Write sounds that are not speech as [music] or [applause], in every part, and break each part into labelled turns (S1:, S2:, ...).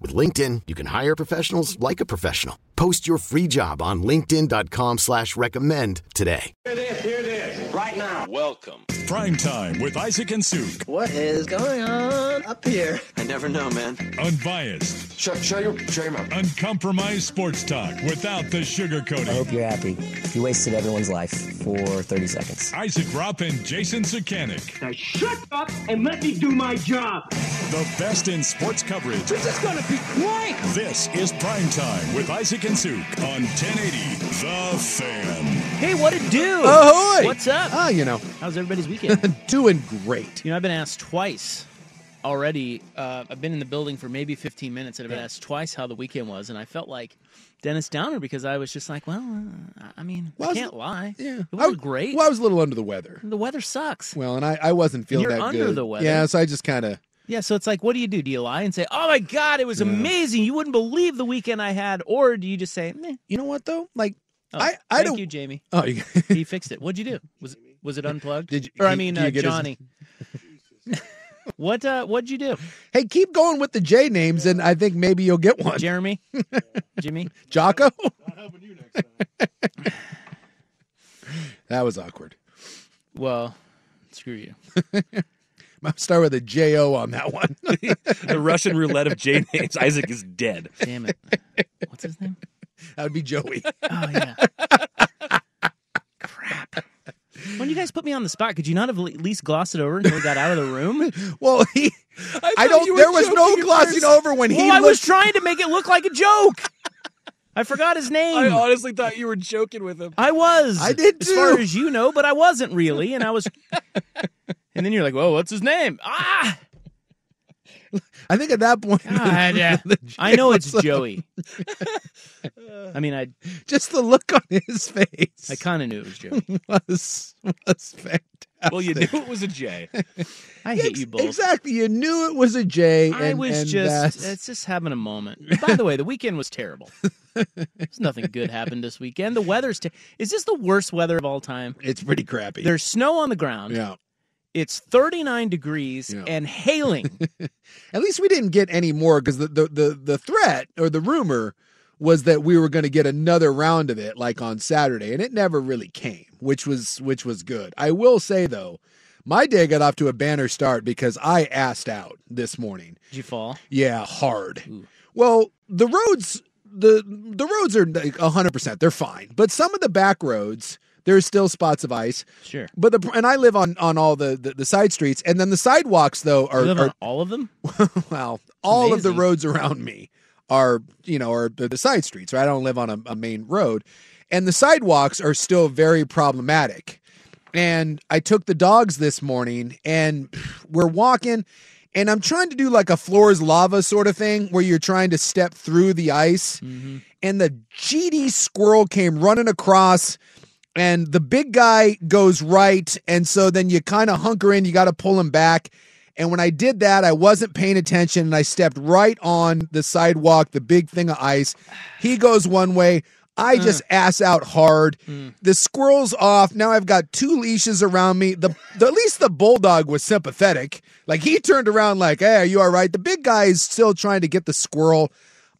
S1: With LinkedIn, you can hire professionals like a professional. Post your free job on linkedin.com slash recommend today.
S2: Hear this, hear this, right now.
S3: Welcome.
S4: Prime time with Isaac and Suk.
S5: What is going on up here?
S6: I never know, man.
S4: Unbiased.
S7: Shut, shut, your, shut your mouth.
S4: Uncompromised sports talk without the sugarcoating. I
S8: hope you're happy. You wasted everyone's life for 30 seconds.
S4: Isaac Rupp and Jason Sakanik.
S9: Now shut up and let me do my job.
S4: The best in sports coverage.
S9: This is going to be great.
S4: This is Prime Time with Isaac and Suk on 1080 The Fan.
S10: Hey, what it do?
S11: Ahoy!
S10: What's up?
S11: Ah, you know.
S10: How's everybody's weekend?
S11: [laughs] Doing great.
S10: You know, I've been asked twice already. Uh, I've been in the building for maybe 15 minutes, and I've been asked twice how the weekend was, and I felt like Dennis Downer because I was just like, well, uh, I mean, well, I can't
S11: was,
S10: lie.
S11: Yeah,
S10: it was great.
S11: Well, I was a little under the weather.
S10: The weather sucks.
S11: Well, and I, I wasn't feeling
S10: You're
S11: that
S10: under
S11: good.
S10: the weather.
S11: Yeah, so I just kind of.
S10: Yeah, so it's like, what do you do? Do you lie and say, "Oh my God, it was yeah. amazing. You wouldn't believe the weekend I had," or do you just say, Meh.
S11: "You know what though? Like,
S10: oh,
S11: I, I
S10: thank
S11: don't."
S10: you, Jamie.
S11: Oh, you...
S10: he fixed it. What'd you do? Was was it unplugged?
S11: Did you,
S10: or I
S11: you-
S10: mean,
S11: you
S10: uh,
S11: get his-
S10: Johnny. [laughs] what uh, what'd you do,
S11: [laughs] Hey, keep going with the J names, and I think maybe you'll get one. [laughs]
S10: Jeremy, Jimmy?
S11: Jocko. [laughs] that was awkward. [laughs]
S10: Well, screw you.
S11: I'll start with a J O on that one. [laughs]
S12: the Russian roulette of J names. Isaac is dead.
S10: Damn it. What's his name?
S11: that would
S10: [laughs]
S11: be Joey.
S10: Oh yeah. Crap. When you guys put me on the spot, could you not have at least glossed it over until we got out of the room?
S11: Well,
S10: [laughs]
S11: he. I, don't. There was no glossing over when he.
S10: Well, I was
S11: looked-
S10: trying to make it look like a joke. I forgot his
S12: I
S10: name. I,
S12: honestly thought you were joking with him.
S10: was.
S11: I did
S10: as far
S11: too.
S10: as you know, but I wasn't really, and I
S11: [laughs]
S10: was. and then you're like, "Whoa, what's his name?" Ah,
S11: I think at that point, [laughs]
S10: God, yeah.
S11: the
S10: [laughs] I know
S11: J [laughs]
S10: it's
S11: was-
S10: Joey. I mean, I
S11: Just the look on his [laughs] face.
S10: I kind of knew it was
S11: [laughs]
S10: Joey.
S11: was was fantastic.
S12: Well, you knew it was a J.
S10: I
S11: Ex-
S10: hate you both.
S11: Exactly. You knew it was a J.
S10: I
S11: and-
S10: was
S11: and uh,
S10: just
S11: that's-
S10: it's just having a moment. By the way, the weekend was
S11: [laughs]
S10: terrible. There's nothing good happened this weekend. The weather's te- is this the worst weather of all time?
S11: it's pretty crappy.
S10: There's snow on the ground.
S11: yeah.
S10: It's 39 degrees
S11: Yeah.
S10: and
S11: [laughs]
S10: hailing.
S11: At least we didn't get any more because the, the the the threat or the rumor was that we were going to get another round of it like on Saturday, and it never really came, which was which was good. I will say though, my day got off to a banner start because I asked out this morning.
S10: Did you fall?
S11: Yeah, hard.
S10: Ooh.
S11: Well, the roads the the roads are like hundred percent. They're fine, but some of the back roads there's still spots of ice.
S10: Sure.
S11: But the and I live on on all the the, the side streets, and then the sidewalks though
S10: You
S11: are,
S10: live
S11: are
S10: on all of them?
S11: [laughs] well, all of the
S10: amazing.
S11: roads around me are, you know, are the the side streets, right? I don't live on a, a main road. And the sidewalks are still very problematic. And I took the dogs this morning and [sighs] we're walking and I'm trying to do like a floors lava sort of thing where you're trying to step through the ice. And the GD squirrel came running across and the big guy goes right and so then you kind of hunker in you got to pull him back and when i did that i wasn't paying attention and i stepped right on the sidewalk the big thing of ice he goes one way
S10: Mm.
S11: i just ass out hard the squirrel's off now i've got two leashes around me the, the at least the bulldog was sympathetic like he turned around like hey are you all right the big guy is still trying to get the squirrel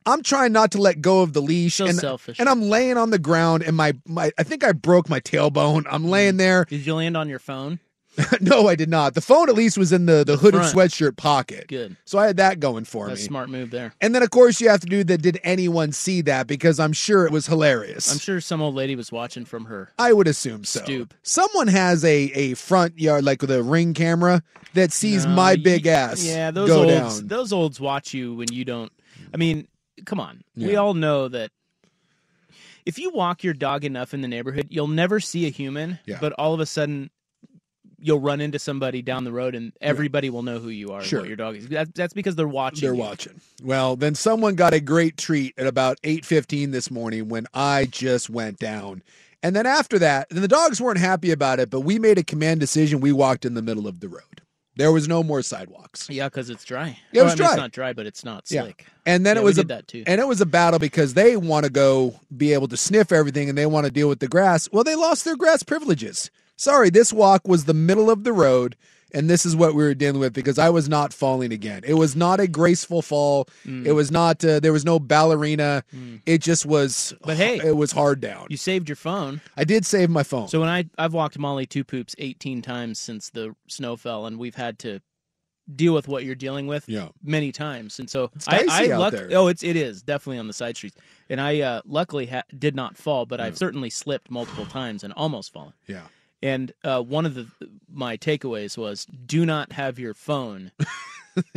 S11: I'm trying not to let go of the leash,
S10: So
S11: and,
S10: selfish.
S11: and I'm laying on the ground, and my, my I think I broke my tailbone. I'm
S10: Mm.
S11: laying there. [laughs]
S10: Did you land on your phone?
S11: no, I did not. The phone at least was in the the hooded
S10: Front.
S11: sweatshirt pocket.
S10: Good.
S11: So I had that going for
S10: That's a
S11: me.
S10: smart move there.
S11: And then of course you have to do the did anyone see that because I'm sure it was hilarious.
S10: I'm sure some old lady was watching from her.
S11: I would assume so.
S10: Stoop.
S11: Someone has a a front yard like with a ring camera that sees
S10: No,
S11: my
S10: you-
S11: big ass.
S10: Yeah, those
S11: go
S10: olds.
S11: down.
S10: Those olds watch you when you don't. I mean, come on. We
S11: Yeah.
S10: all know that if you walk your dog enough in the neighborhood, you'll never see a human.
S11: Yeah.
S10: But all of a sudden, you'll run into somebody down the road and everybody will know who you are and
S11: Sure.
S10: what your dog is. That, that's because they're watching.
S11: They're
S10: you.
S11: watching. Well, then someone got a great treat at about 8:15 this morning when I just went down. And then after that, then the dogs weren't happy about it, but we made a command decision. We walked in the middle of the road. There was no more sidewalks.
S10: Yeah, because it's dry.
S11: Yeah, it
S10: Or,
S11: was
S10: I mean,
S11: dry.
S10: It's not dry, but it's not
S11: Yeah.
S10: slick.
S11: And then
S10: Yeah,
S11: it
S10: we
S11: was a
S10: did that too.
S11: and it was a battle because they want to go be able to sniff everything and they want to deal with the grass. Well, they lost their grass privileges. Sorry, this walk was the middle of the road and this is what we were dealing with because I was not falling again. It was not a graceful fall.
S10: Mm.
S11: It was not uh, there was no ballerina. It just was
S10: But hey,
S11: it was hard down.
S10: You saved your phone.
S11: I did save my phone.
S10: So when I I've walked Molly two poops 18 times since the snow fell, and we've had to deal with what you're dealing with
S11: Yeah.
S10: many times. And so
S11: It's
S10: I, I
S11: dicey out
S10: luck-
S11: there.
S10: oh it's it is definitely on the side streets. And I uh, luckily ha- did not fall, but
S11: Mm.
S10: I've certainly slipped multiple times and almost fallen.
S11: yeah.
S10: And uh, one of the my takeaways was do not have your
S11: [laughs]
S10: phone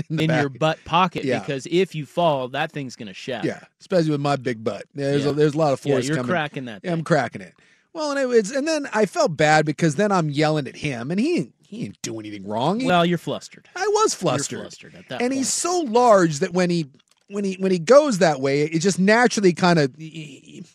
S10: in,
S11: back.
S10: your butt pocket
S11: Yeah.
S10: because if you fall, that thing's gonna shatter.
S11: Yeah, especially with my big butt. There's
S10: Yeah.
S11: a, there's a lot of
S10: Yeah,
S11: force
S10: you're
S11: coming.
S10: cracking that.
S11: Yeah, I'm
S10: thing.
S11: cracking it. Well, and it was, and then I felt bad because then I'm yelling at him, and he ain't- he didn't do anything wrong. He-
S10: well, you're flustered.
S11: I was flustered.
S10: flustered at that
S11: and
S10: point.
S11: he's so large that when he when he when he goes that way, it just naturally kind of he, he-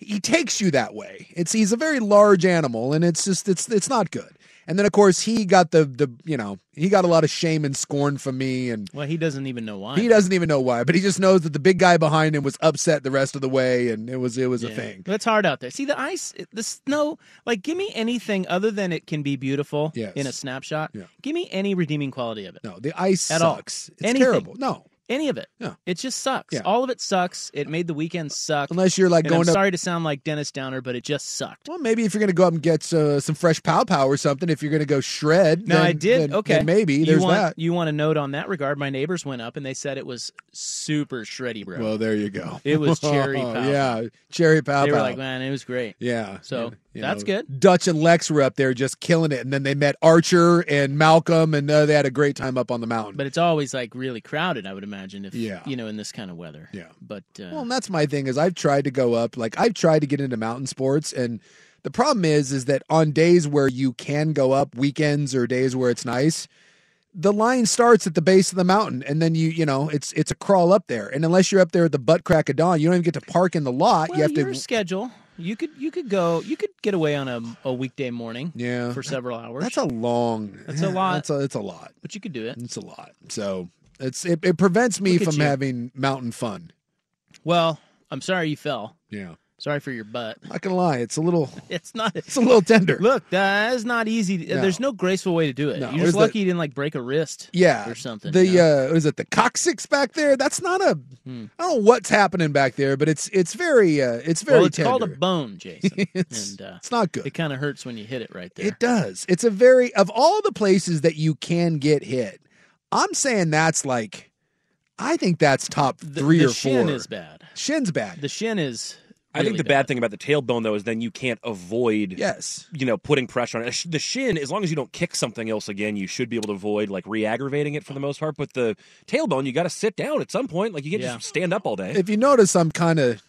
S11: he takes you that way. It's he's a very large animal, and it's just it's it's not good. And then of course he got the the you know he got a lot of shame and scorn from me, and
S10: Well, he doesn't even know why.
S11: he doesn't even know why, but he just knows that the big guy behind him was upset the rest of the way, and it was it was a
S10: Yeah.
S11: thing.
S10: That's hard out there. See the ice, the snow. Like, give me anything other than it can be beautiful
S11: Yes.
S10: in a snapshot.
S11: Yeah.
S10: Give me any redeeming quality of it.
S11: No, the ice
S10: At all.
S11: sucks. It's
S10: Anything.
S11: terrible. No,
S10: Any of it.
S11: Yeah.
S10: It just sucks.
S11: Yeah.
S10: All of it sucks. It made the weekend suck.
S11: unless you're like
S10: and
S11: going
S10: I'm
S11: to.
S10: sorry to sound like Dennis Downer, but it just sucked.
S11: Well, maybe if you're going to go up and get uh, some fresh pow pow or something, if you're going to go shred.
S10: No,
S11: then-
S10: I did.
S11: then-
S10: okay,
S11: then maybe
S10: you
S11: there's
S10: want,
S11: that.
S10: You want a note on that regard? My neighbors went up and they said it was super shreddy, bro.
S11: Well, there you go.
S10: It
S11: [laughs]
S10: was cherry pow.
S11: yeah, cherry pow
S10: they
S11: pow.
S10: were like, man, it was great.
S11: yeah.
S10: So,
S11: And, you
S10: that's
S11: know,
S10: good.
S11: Dutch and Lex were up there just killing it, and then they met Archer and Malcolm, and uh, they had a great time up on the mountain.
S10: But it's always like really crowded. I would imagine if
S11: Yeah.
S10: you know in this kind of weather.
S11: Yeah.
S10: But uh,
S11: Well, and that's my thing is I've tried to go up, like I've tried to get into mountain sports and the problem is is that on days where you can go up, weekends or days where it's nice, the line starts at the base of the mountain and then you, you know, it's it's a crawl up there. And unless you're up there at the butt crack of dawn, you don't even get to park in the lot.
S10: Well,
S11: you have
S10: your
S11: to
S10: schedule. You could you could go you could get away on a, a weekday morning
S11: Yeah.
S10: for several hours.
S11: That's a long
S10: That's a lot.
S11: That's a, it's a lot.
S10: but you could do it.
S11: It's a lot. So it's it, it prevents me
S10: Look at
S11: from
S10: you.
S11: having mountain fun.
S10: Well, I'm sorry you fell.
S11: Yeah.
S10: Sorry for your butt. [laughs]
S11: Not gonna lie, it's a little
S10: It's not.
S11: it's a little tender.
S10: [laughs] Look, that is not easy. Uh,
S11: No.
S10: There's no graceful way to do it.
S11: No,
S10: You're
S11: there's
S10: just
S11: the-
S10: lucky you didn't like break a wrist.
S11: yeah
S10: or something.
S11: the
S10: you know? Hmm.
S11: uh what is it the coccyx back there that's not a I don't know what's happening back there but it's it's very uh it's very
S10: well, it's
S11: tender.
S10: called a
S11: [laughs]
S10: bone, Jason,
S11: it's,
S10: and uh,
S11: it's not good
S10: it kind of hurts when you hit it right there.
S11: it does it's a very of all the places that you can get hit i'm saying that's like i think that's top
S10: the,
S11: three
S10: the
S11: or
S10: shin
S11: four
S10: is bad.
S11: shin's bad
S10: The shin is.
S12: I think
S10: really
S12: the bad, thing about the tailbone though is then you can't avoid
S11: yes
S12: you know putting pressure on it. The shin, as long as you don't kick something else again, you should be able to avoid like re-aggravating it for the most part. But the tailbone, you got to sit down at some point. Like you can't
S10: Yeah.
S12: just stand up all day.
S11: if you notice i'm kind of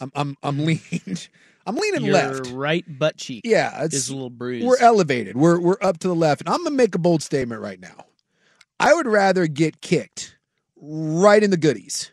S11: i'm i'm i'm [laughs] leaned i'm leaning
S10: Your
S11: left
S10: right butt cheek.
S11: yeah it's
S10: is a little bruised.
S11: We're elevated. We're we're up to the left. And I'm gonna make a bold statement right now. I would rather get kicked right in the goodies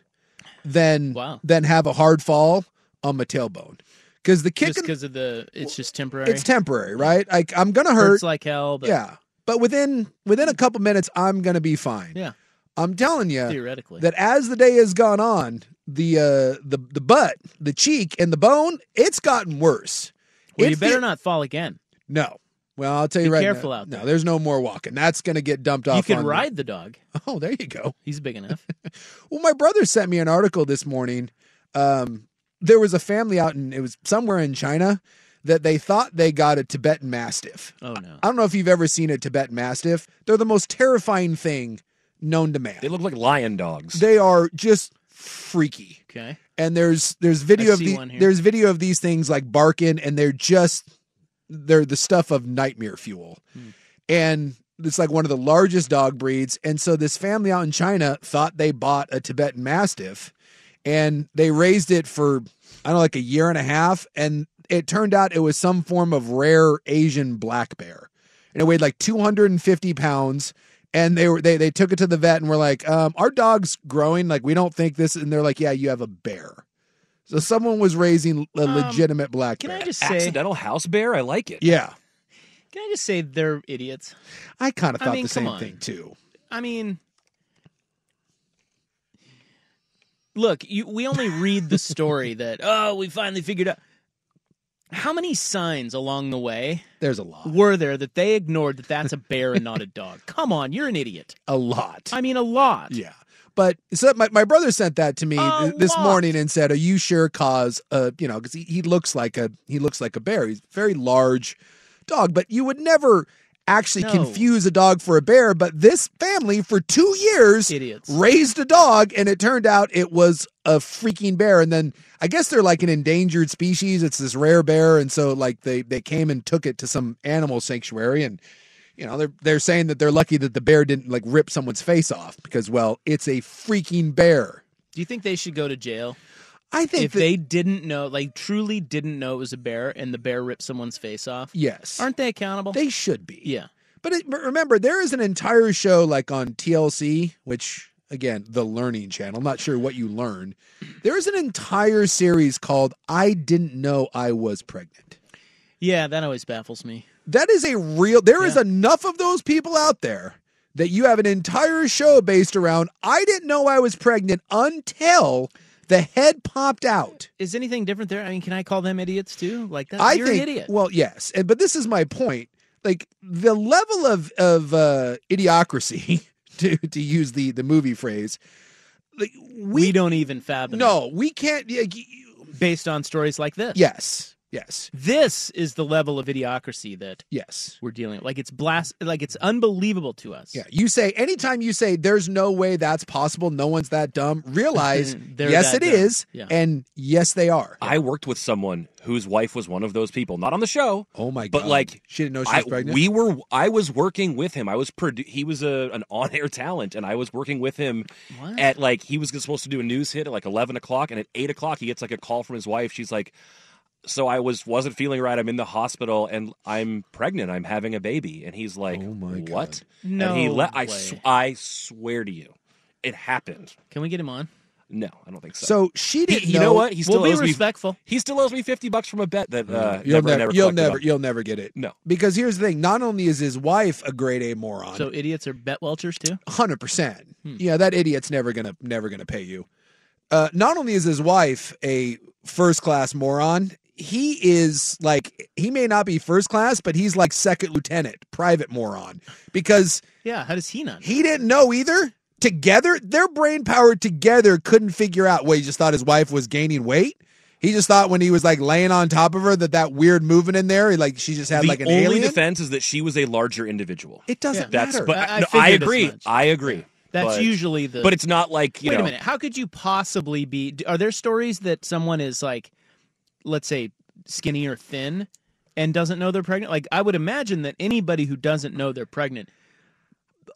S11: than
S10: Wow.
S11: than have a hard fall on my tailbone. Because the kick
S10: just
S11: in-
S10: because of the. It's just temporary.
S11: it's temporary, right? Like I'm gonna hurt.
S10: hurts like hell. But
S11: yeah. But within within a couple minutes, I'm gonna be fine.
S10: Yeah,
S11: I'm telling you
S10: theoretically.
S11: that as the day has gone on, the uh the the butt, the cheek, and the bone, it's gotten worse.
S10: well,
S11: It
S10: you better
S11: fe-
S10: not fall
S11: [laughs]
S10: again.
S11: No. Well, I'll tell you
S10: Be
S11: right now-
S10: careful out
S11: No,
S10: there.
S11: there's no more walking. That's going to get dumped off.
S10: you
S11: on
S10: can
S11: the-
S10: ride the dog.
S11: [laughs] Oh, there you go.
S10: He's big
S11: [laughs]
S10: enough.
S11: Well, my brother sent me an article this morning. Um, there was a family out in it was somewhere in China that they thought they got a Tibetan Mastiff.
S10: Oh no.
S11: I don't know if you've ever seen a Tibetan Mastiff. They're the most terrifying thing known to man.
S12: they look like lion dogs.
S11: They are just freaky. [laughs]
S10: Okay.
S11: and there's there's video
S10: I
S11: of
S10: see
S11: the,
S10: one here.
S11: there's video of these things like barking and they're just they're the stuff of nightmare fuel
S10: Hmm.
S11: and it's like one of the largest dog breeds and so this family out in china thought they bought a tibetan mastiff and they raised it for i don't know like a year and a half and it turned out it was some form of rare asian black bear and it weighed like 250 pounds. And they were they they took it to the vet and were like, um, our dog's growing. Like we don't think this. And they're like, yeah, you have a bear. So someone was raising a legitimate black
S10: Um, Can
S11: bear.
S10: I just say? Can
S12: Accidental house bear. I like it.
S11: yeah,
S10: I just say they're idiots?
S11: I kind of
S10: I
S11: thought
S10: mean,
S11: the
S10: come
S11: same
S10: on.
S11: thing too.
S10: I mean, look, you, we only read the
S11: [laughs]
S10: story that oh, we finally figured out. How many signs along the way
S11: There's a lot,
S10: were there that they ignored that that's a bear and not a dog? Come on, you're an idiot.
S11: a lot.
S10: I mean, a lot.
S11: Yeah. But so my, my brother sent that to me
S10: A
S11: th- this
S10: lot.
S11: morning and said, "Are you sure?" Cause uh, you know, because he, he looks like a he looks like a bear. He's a very large dog, but you would never actually
S10: No.
S11: confuse a dog for a bear. But this family for two years
S10: Idiots.
S11: raised a dog, and it turned out it was a freaking bear. And then I guess they're like an endangered species. It's this rare bear, and so like they they came and took it to some animal sanctuary and you know they're they're saying that they're lucky that the bear didn't like rip someone's face off because well it's a freaking bear
S10: Do you think they should go to jail
S11: i think
S10: if
S11: that-
S10: they didn't know, like truly didn't know it was a bear, and the bear ripped someone's face off?
S11: yes
S10: Aren't they accountable?
S11: they should be
S10: yeah.
S11: but it, but remember there is an entire show like on tlc which again the learning channel not sure what you learn there is an entire series called i didn't know i was pregnant
S10: Yeah, that always baffles me.
S11: That is a real. There is enough of those people out there that you have an entire show based around. I didn't know I was pregnant until the head popped out.
S10: Is anything different there? I mean, can I call them idiots too? Like that,
S11: I
S10: you're
S11: think.
S10: an idiot.
S11: Well, yes, and but this is my point. Like the level of of uh, idiocracy, [laughs] to to use the the movie phrase. Like
S10: we,
S11: we,
S10: don't even fathom.
S11: no, we can't. y- y-
S10: it based on stories like this.
S11: Yes, yes,
S10: This is the level of idiocracy that
S11: yes.
S10: we're dealing with. Like it's blast like it's unbelievable to us.
S11: Yeah, you say anytime you say there's no way that's possible, no one's that dumb.
S12: [laughs]
S11: Realize
S10: They're
S11: yes, it
S10: that
S11: is,
S10: dumb. Yeah.
S11: and yes, they are.
S12: I worked with someone whose wife was one of those people, not on the show.
S11: Oh my
S12: But
S11: God.
S12: like,
S11: She didn't know she
S12: I-
S11: was pregnant?
S12: We were. I was working with him. I was. Produ- he was a, an on-air talent, and I was working with him
S10: What?
S12: at like he was supposed to do a news hit at like eleven o'clock, and at eight o'clock he gets like a call from his wife. She's like, "So I was wasn't feeling right. I'm in the hospital, and I'm pregnant. I'm having a baby." And he's like,
S11: Oh my
S12: "What?"
S10: No
S12: and he let. I
S10: way.
S12: sw- I swear to you, it happened.
S10: Can we get him on?
S12: No, I don't think so.
S11: So she
S12: He-
S11: didn't.
S12: you know, what? He still
S10: we'll be
S12: owes me-
S10: respectful.
S12: He still owes me fifty bucks from a bet that uh,
S11: You'll
S12: never,
S11: never,
S12: never
S11: you'll
S12: collected
S11: never,
S12: on.
S11: you'll never get it.
S12: No.
S11: because here's the thing: not only is his wife a grade A moron,
S10: So idiots are bet welchers too.
S11: hundred percent.
S12: Hmm.
S11: Yeah, that idiot's never gonna never gonna pay you. Uh, not only is his wife a first class moron, he is like he may not be first class, but he's like second lieutenant, private moron, because
S10: Yeah. How does he not?
S11: he didn't know either. Together, their brain power together couldn't figure out. Well, he just thought his wife was gaining weight. He just thought when he was like laying on top of her that that weird movement in there, he, like she just had
S12: the
S11: like an
S12: only
S11: alien.
S12: defense is that she was a larger individual.
S11: it doesn't
S12: That's
S11: matter.
S12: but
S10: I- I
S12: I, no, I
S10: figured as
S12: agree.
S10: much.
S12: I agree.
S10: That's
S12: But-
S10: usually the.
S12: But it's not like you
S10: wait
S12: know.
S10: a minute. How could you possibly be? Are there stories that someone is like, let's say, skinny or thin, and doesn't know they're pregnant? Like I would imagine that anybody who doesn't know they're pregnant,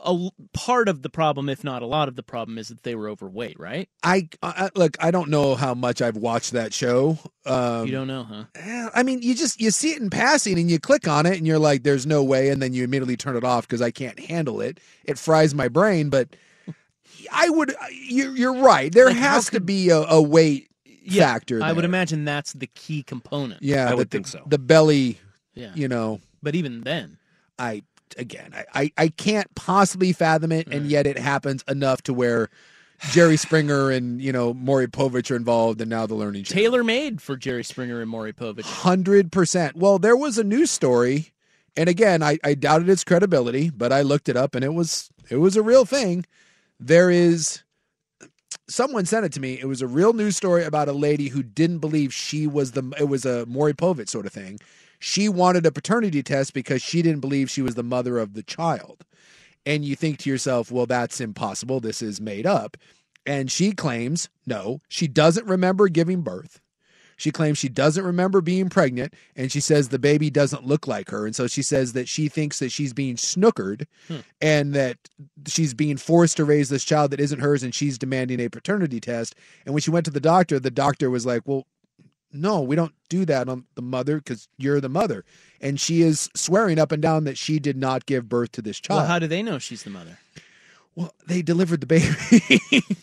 S10: a l- part of the problem, if not a lot of the problem, is that they were overweight, right?
S11: I, I look. I don't know how much I've watched that show. Um,
S10: you don't know, huh?
S11: eh, I mean, you just you see it in passing, and you click on it, and you're like, "There's no way," and then you immediately turn it off because I can't handle it. It fries my brain. But I would. uh, You're, you're right. There
S10: Like, how
S11: has to be a, a weight factor.
S10: I would
S11: there.
S10: imagine that's the key component.
S11: Yeah,
S12: I
S11: that
S12: would
S11: the-
S12: think so.
S11: The belly.
S10: Yeah.
S11: You know,
S10: But even then,
S11: I again, I I, I can't possibly fathom it, and yet it happens enough to where. Jerry Springer and you know Maury Povich are involved, and now
S10: [laughs]
S11: the Learning Channel.
S10: tailor made for Jerry Springer and Maury Povich.
S11: Hundred percent. Well, there was a news story, and again, I, I doubted its credibility, but I looked it up, and it was it was a real thing. There is someone sent it to me. It was a real news story about a lady who didn't believe she was the. It was a Maury Povich sort of thing. She wanted a paternity test because she didn't believe she was the mother of the child. And you think to yourself, well, that's impossible. This is made up. And she claims, no, she doesn't remember giving birth. She claims she doesn't remember being pregnant, and she says the baby doesn't look like her. And so she says that she thinks that she's being snookered
S10: Hmm.
S11: and that she's being forced to raise this child that isn't hers, and she's demanding a paternity test. And when she went to the doctor, the doctor was like, Well, no, we don't do that on the mother because you're the mother. And she is swearing up and down that she did not give birth to this child.
S10: Well, how do they know she's the mother?
S11: Well, they delivered the baby. [laughs]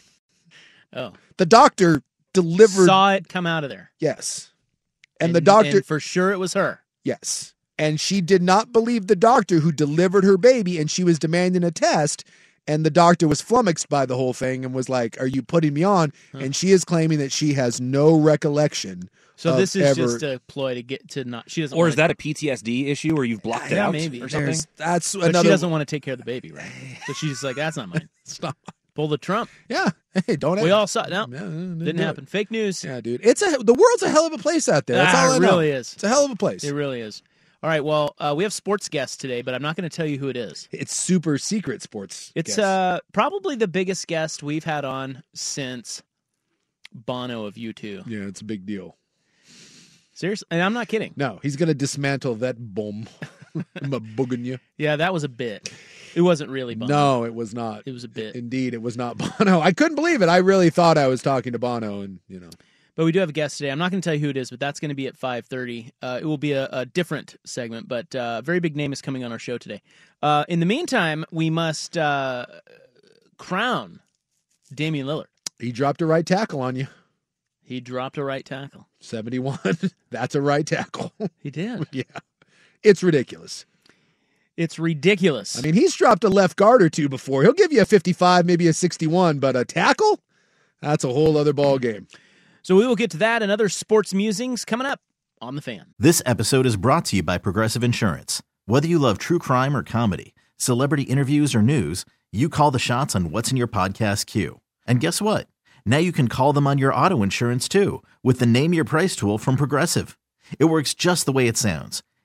S10: Oh,
S11: the doctor delivered.
S10: saw it come out of there,
S11: yes. And, the doctor.
S10: for sure it was her.
S11: yes. And she did not believe the doctor who delivered her baby and she was demanding a test. And the doctor was flummoxed by the whole thing and was like, Are you putting me on? And she is claiming that she has no recollection.
S10: So
S11: of
S10: this is
S11: ever-
S10: just a ploy to get to not. She doesn't.
S12: Or
S10: wanna-
S12: is that a PTSD issue where you've blocked it
S10: Yeah,
S12: out
S10: maybe.
S12: or something?
S11: There's- That's
S10: But
S11: another.
S10: she doesn't want to take care of the baby, right?
S11: [laughs]
S10: So she's just like, "That's not mine."
S11: Stop.
S10: Pull the Trump.
S11: [laughs] Yeah. Hey, don't.
S10: We all saw it. No,
S11: Yeah, didn't
S10: didn't
S11: do it.
S10: happen. Fake news.
S11: Yeah, dude. It's a the world's a hell of a place out there. That's
S10: Ah,
S11: all I
S10: it
S11: know.
S10: really is.
S11: It's a hell of a place.
S10: It really is. All right. Well, uh, we have sports guests today, but I'm not going to tell you who it is.
S11: It's super secret sports.
S10: It's
S11: guess.
S10: uh, probably the biggest guest we've had on since Bono of U2.
S11: yeah, it's a big deal.
S10: Seriously, and I'm not kidding.
S11: No, he's gonna dismantle that
S10: [laughs]
S11: bomb. [laughs] I'm a bugging you.
S10: Yeah, that was a bit. It wasn't really Bono.
S11: No, it was not.
S10: It was a bit.
S11: Indeed, it was not [laughs] Bono. I couldn't believe it. I really thought I was talking to Bono, and you know,
S10: But we do have a guest today. I'm not going to tell you who it is, but that's going to be at 5:30. Uh, it will be a, a different segment, but uh, a very big name is coming on our show today. Uh, in the meantime, we must uh, crown Damian Lillard.
S11: he dropped a right tackle on you. [laughs]
S10: He dropped a right tackle.
S11: Seventy-one. [laughs] That's a right tackle. [laughs]
S10: He did.
S11: yeah, it's ridiculous.
S10: It's ridiculous.
S11: I mean, he's dropped a left guard or two before. He'll give you a 55, maybe a 61, but a tackle? That's a whole other ball game.
S10: so we will get to that and other sports musings coming up on the fan.
S3: This episode is brought to you by Progressive Insurance. Whether you love true crime or comedy, celebrity interviews or news, you call the shots on what's in your podcast queue. And guess what? Now you can call them on your auto insurance too with the Name Your Price tool from Progressive. It works just the way it sounds.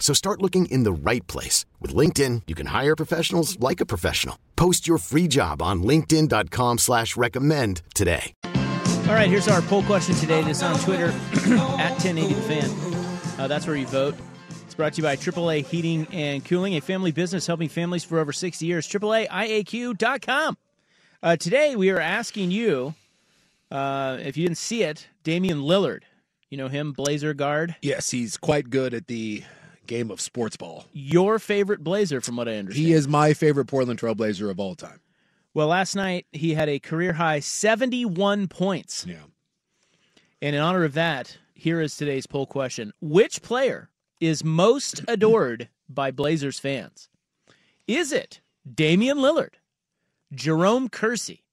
S1: So start looking in the right place. With LinkedIn, you can hire professionals like a professional. Post your free job on linkedin.com slash recommend today.
S10: All right, here's our poll question today. It is on Twitter [clears throat] at 1080 The Fan. Uh, that's where you vote. It's brought to you by AAA Heating and Cooling, a family business helping families for over 60 years. AAAIAQ.com. Uh, today, we are asking you uh, if you didn't see it, Damian Lillard. You know him, Blazer guard.
S11: Yes, he's quite good at the game of sports ball.
S10: Your favorite Blazer, from what I understand.
S11: He is my favorite Portland Trailblazer of all time.
S10: Well, last night, he had a career high 71 points.
S11: Yeah.
S10: And in honor of that, here is today's poll question Which player is
S11: [clears throat]
S10: most adored by Blazers fans? Is it Damian Lillard, Jerome Kersey,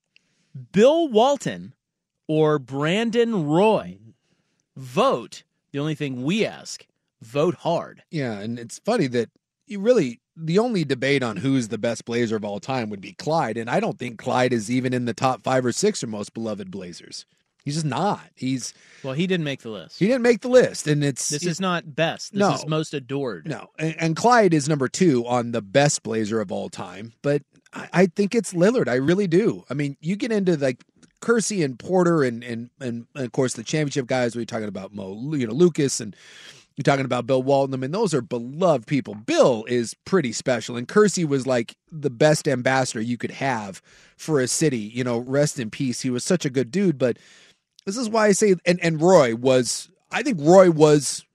S10: Bill Walton, or Brandon Roy? Vote. The only thing we ask vote hard.
S11: Yeah, and it's funny that you really the only debate on who's the best Blazer of all time would be Clyde, and I don't think Clyde is even in the top five or six or most beloved Blazers. He's just not. He's
S10: Well, he didn't make the list.
S11: he didn't make the list, and it's
S10: This is not best. This
S11: No.
S10: is most adored.
S11: No, and, and Clyde is number two on the best Blazer of all time, but I, I think it's Lillard. I really do. I mean, you get into like Kersey and Porter, and and and, and of course the championship guys. We're talking about Mo, you know, Lucas, and you're talking about Bill Walton. I mean, those are beloved people. Bill is pretty special, and Kersey was like the best ambassador you could have for a city. You know, rest in peace. He was such a good dude, but this is why I say and and Roy was. I think Roy was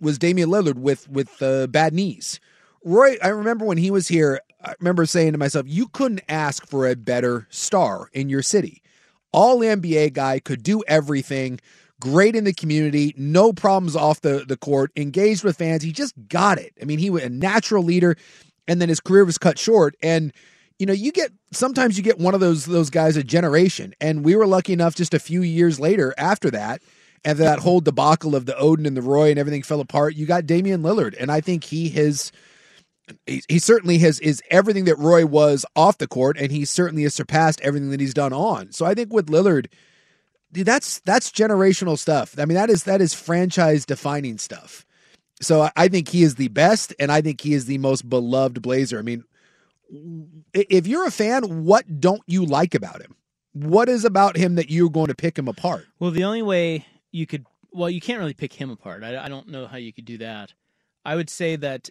S11: was Damian Lillard with with uh, bad knees. Roy, I remember when he was here. I remember saying to myself, "You couldn't ask for a better star in your city. All NBA guy could do everything, great in the community, no problems off the the court, engaged with fans. He just got it. I mean, he was a natural leader." and then his career was cut short and you know you get sometimes you get one of those those guys a generation and we were lucky enough just a few years later after that and that whole debacle of the Odin and the Roy and everything fell apart you got Damian Lillard and I think he has he, he certainly has is everything that Roy was off the court and he certainly has surpassed everything that he's done on so I think with Lillard dude that's that's generational stuff I mean that is that is franchise defining stuff so I, I think he is the best and I think he is the most beloved Blazer I mean if you're a fan, what don't you like about him? What is about him that you're going to pick him apart?
S10: Well, the only way you could, well, you can't really pick him apart. I, I, don't know how you could do that. I would say that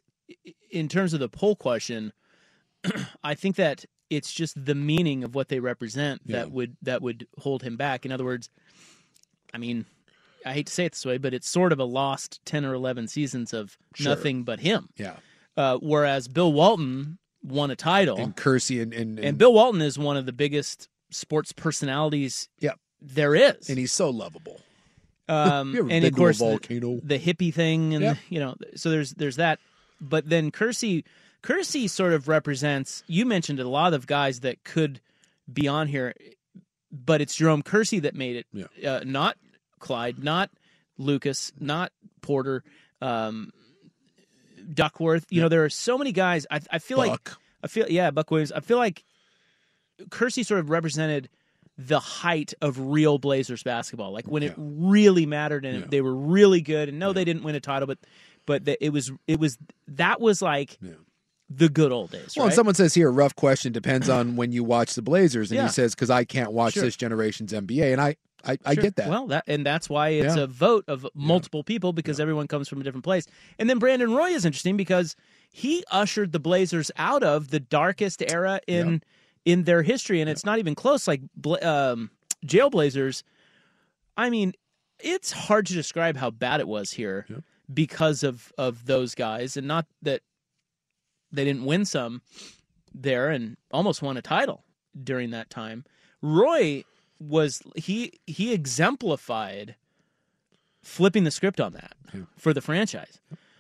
S10: in terms of the poll question, [clears throat] I think that it's just the meaning of what they represent that yeah. would that would hold him back. In other words, I mean, I hate to say it this way, but it's sort of a lost ten or eleven seasons of sure. nothing but him.
S11: Yeah.
S10: Uh, whereas Bill Walton won a title.
S11: And Kersey and, and,
S10: and Bill Walton is one of the biggest sports personalities
S11: yeah.
S10: there is.
S11: And he's so lovable. [laughs]
S10: Um, and of course the, the, hippie thing and yep. you know so there's there's that but then Kersey Kersey sort of represents you mentioned a lot of guys that could be on here but it's Jerome Kersey that made it
S11: yeah. uh,
S10: not Clyde not Lucas not Porter um, Duckworth. You yeah. know, there are so many guys. I, I feel
S11: Buck.
S10: like I feel yeah, Buck Williams. I feel like Kersey sort of represented the height of real Blazers basketball, like when yeah. it really mattered and yeah. they were really good. And no, they didn't win a title, but but the, it was it was that was like. The good old days.
S11: Well,
S10: right?
S11: someone says here, rough question depends
S10: [clears throat]
S11: on when you watch the Blazers, and he says because I can't watch sure. this generation's NBA, and I I, sure. I, get that.
S10: Well, that and that's why it's yeah. a vote of multiple yeah. people because yeah. everyone comes from a different place. And then Brandon Roy is interesting because he ushered the Blazers out of the darkest era in in their history, and it's not even close. Like um, jail Blazers, I mean, it's hard to describe how bad it was here because of of those guys, and not that they didn't win some there and almost won a title during that time. Roy was he he exemplified flipping the script on that yeah. for the franchise.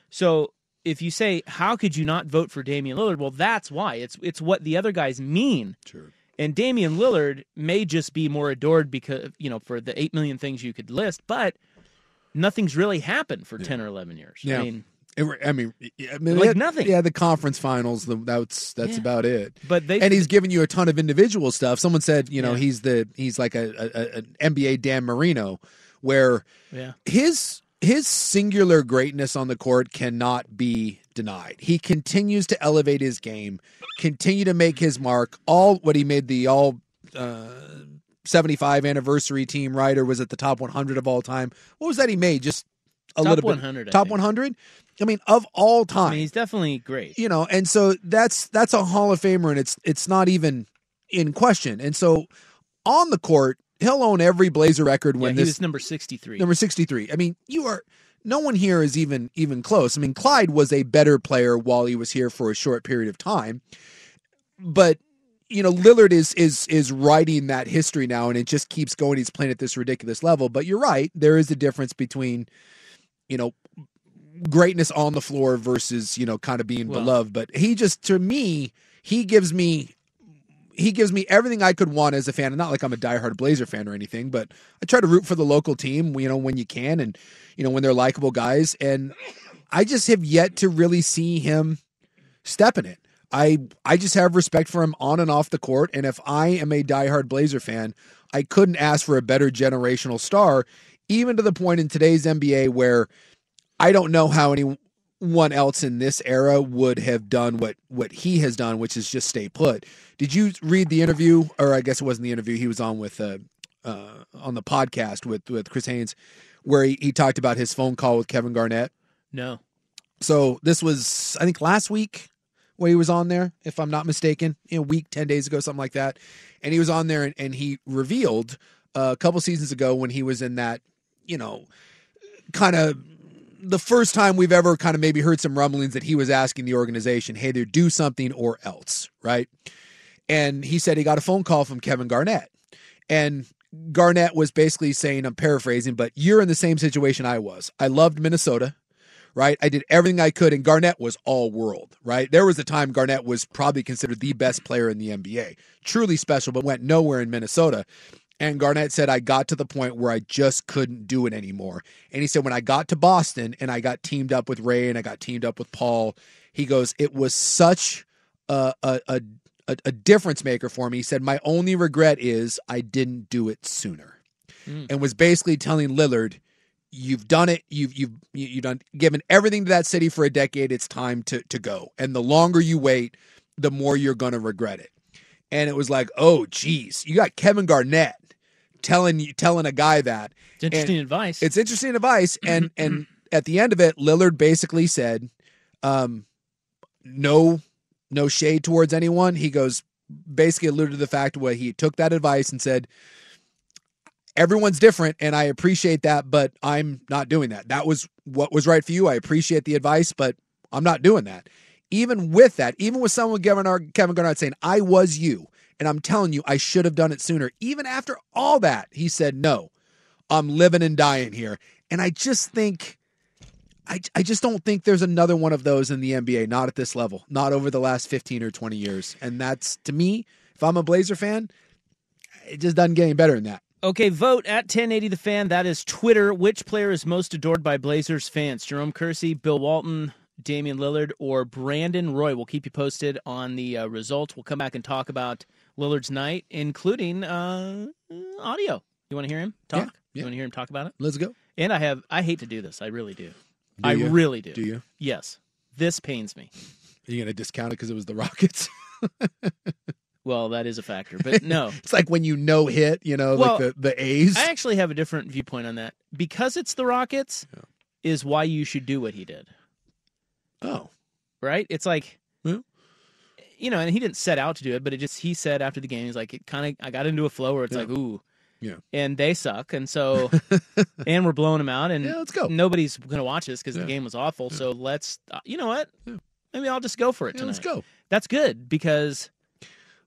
S10: So if you say how could you not vote for Damian Lillard? Well, that's why. It's it's what the other guys mean.
S11: Sure.
S10: And Damian Lillard may just be more adored because you know for the 8 million things you could list, but nothing's really happened for yeah. 10 or 11 years.
S11: Yeah.
S10: I mean
S11: I mean, I mean,
S10: like
S11: had,
S10: nothing.
S11: Yeah, the conference finals. The, that's that's yeah. about it.
S10: But they
S11: and he's given you a ton of individual stuff. Someone said, you know, yeah. he's the he's like a, a, an NBA Dan Marino, where
S10: yeah.
S11: his his singular greatness on the court cannot be denied. He continues to elevate his game, continue to make his mark. All what he made the all. Uh, 75 anniversary team rider was at the top 100 of all time. What was that he made? Just a
S10: top
S11: little
S10: 100,
S11: bit. I top
S10: think.
S11: 100. I mean, of all time, I
S10: mean, he's definitely great.
S11: You know, and so that's that's a Hall of Famer, and it's it's not even in question. And so on the court, he'll own every Blazer record when
S10: yeah,
S11: this
S10: was number 63.
S11: Number 63. I mean, you are no one here is even even close. I mean, Clyde was a better player while he was here for a short period of time, but you know Lillard is is is writing that history now, and it just keeps going. He's playing at this ridiculous level. But you're right, there is a difference between you know greatness on the floor versus you know kind of being well, beloved. But he just to me he gives me. He gives me everything I could want as a fan, and not like I'm a diehard Blazer fan or anything, but I try to root for the local team, you know, when you can, and you know when they're likable guys. And I just have yet to really see him step in it. I I just have respect for him on and off the court. And if I am a diehard Blazer fan, I couldn't ask for a better generational star, even to the point in today's NBA where I don't know how anyone else in this era would have done what what he has done, which is just stay put. Did you read the interview, or I guess it wasn't the interview he was on with uh, uh, on the podcast with with Chris Haynes, where he, he talked about his phone call with Kevin Garnett?
S10: No.
S11: So this was I think last week when he was on there, if I'm not mistaken, you know, week, 10 days ago, something like that. And he was on there and, and he revealed uh, a couple seasons ago when he was in that, you know, kind of the first time we've ever kind of maybe heard some rumblings that he was asking the organization, hey, either do something or else, right? And he said he got a phone call from Kevin Garnett. And Garnett was basically saying, I'm paraphrasing, but you're in the same situation I was. I loved Minnesota right? I did everything I could, and Garnett was all world, right? There was a time Garnett was probably considered the best player in the NBA, truly special, but went nowhere in Minnesota. And Garnett said, I got to the point where I just couldn't do it anymore. And he said, when I got to Boston and I got teamed up with Ray and I got teamed up with Paul, he goes, it was such a, a, a, a difference maker for me. He said, my only regret is I didn't do it sooner. Mm. And was basically telling Lillard, you've done it. You've you've you've done given everything to that city for a decade. It's time to to go. And the longer you wait, the more you're gonna regret it. And it was like, oh geez, you got Kevin Garnett telling you telling a guy that.
S10: It's interesting and advice.
S11: It's interesting advice. And and at the end of it, Lillard basically said, um, no no shade towards anyone. He goes basically alluded to the fact where he took that advice and said, everyone's different and I appreciate that, but I'm not doing that. That was what was right for you. I appreciate the advice, but I'm not doing that. Even with that, even with someone Kevin, Kevin Garnett saying, I was you, and I'm telling you, I should have done it sooner. Even after all that, he said, No, I'm living and dying here. And I just think, I, I just don't think there's another one of those in the NBA, not at this level, not over the last 15 or 20 years. And that's, to me, if I'm a Blazer fan, it just doesn't get any better than that.
S10: Okay, vote at 1080 The Fan. That is Twitter. Which player is most adored by Blazers fans? Jerome Kersey, Bill Walton, Damian Lillard, or Brandon Roy? We'll keep you posted on the uh, results. We'll come back and talk about Lillard's night, including uh, audio. You want to hear him talk? Yeah, yeah. You want to hear him talk about it?
S11: Let's go.
S10: And I have, I hate to do this. I really do. do I you? really do.
S11: Do you?
S10: Yes. This pains me.
S11: Are you going to discount it because it was the Rockets?
S10: Well, that is a factor, [laughs] but Uh, no.
S11: [laughs] it's like when you no hit, you know, well, like the, the A's.
S10: I actually have a different viewpoint on that. Because it's the Rockets yeah. is why you should do what he did.
S11: Oh.
S10: Right? It's like yeah. you know, and he didn't set out to do it, but it just he said after the game, he's like, it kinda I got into a flow where it's yeah. like, ooh.
S11: Yeah.
S10: And they suck. And
S11: [laughs]
S10: so and we're blowing them out and
S11: yeah, let's go.
S10: nobody's gonna watch this because the game was awful. So let's uh, you know what? Maybe I'll just go for it tonight.
S11: Let's go.
S10: That's good because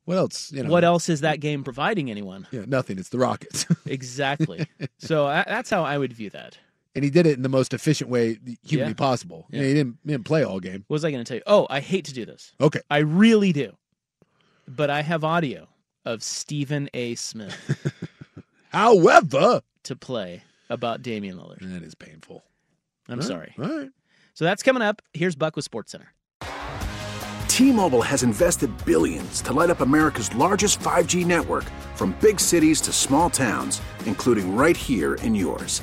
S11: what else? You know,
S10: what else is that game providing anyone?
S11: Yeah, nothing. It's the Rockets. [laughs]
S10: exactly. So I, that's how I would view that.
S11: And he did it in the most efficient way humanly yeah. possible. Yeah. You know, he, didn't, he didn't play all game.
S10: What was I going to tell you? Oh, I hate to do this.
S11: Okay.
S10: I really do. But I have audio of Stephen A. Smith.
S11: However,
S10: to play about Damian Lillard.
S11: That is painful.
S10: I'm
S11: all
S10: sorry.
S11: Right. All right.
S10: So that's coming up. Here's Buck with Sports Center.
S7: T-Mobile has invested billions to light up America's largest 5G network from big cities to small towns, including right here in yours.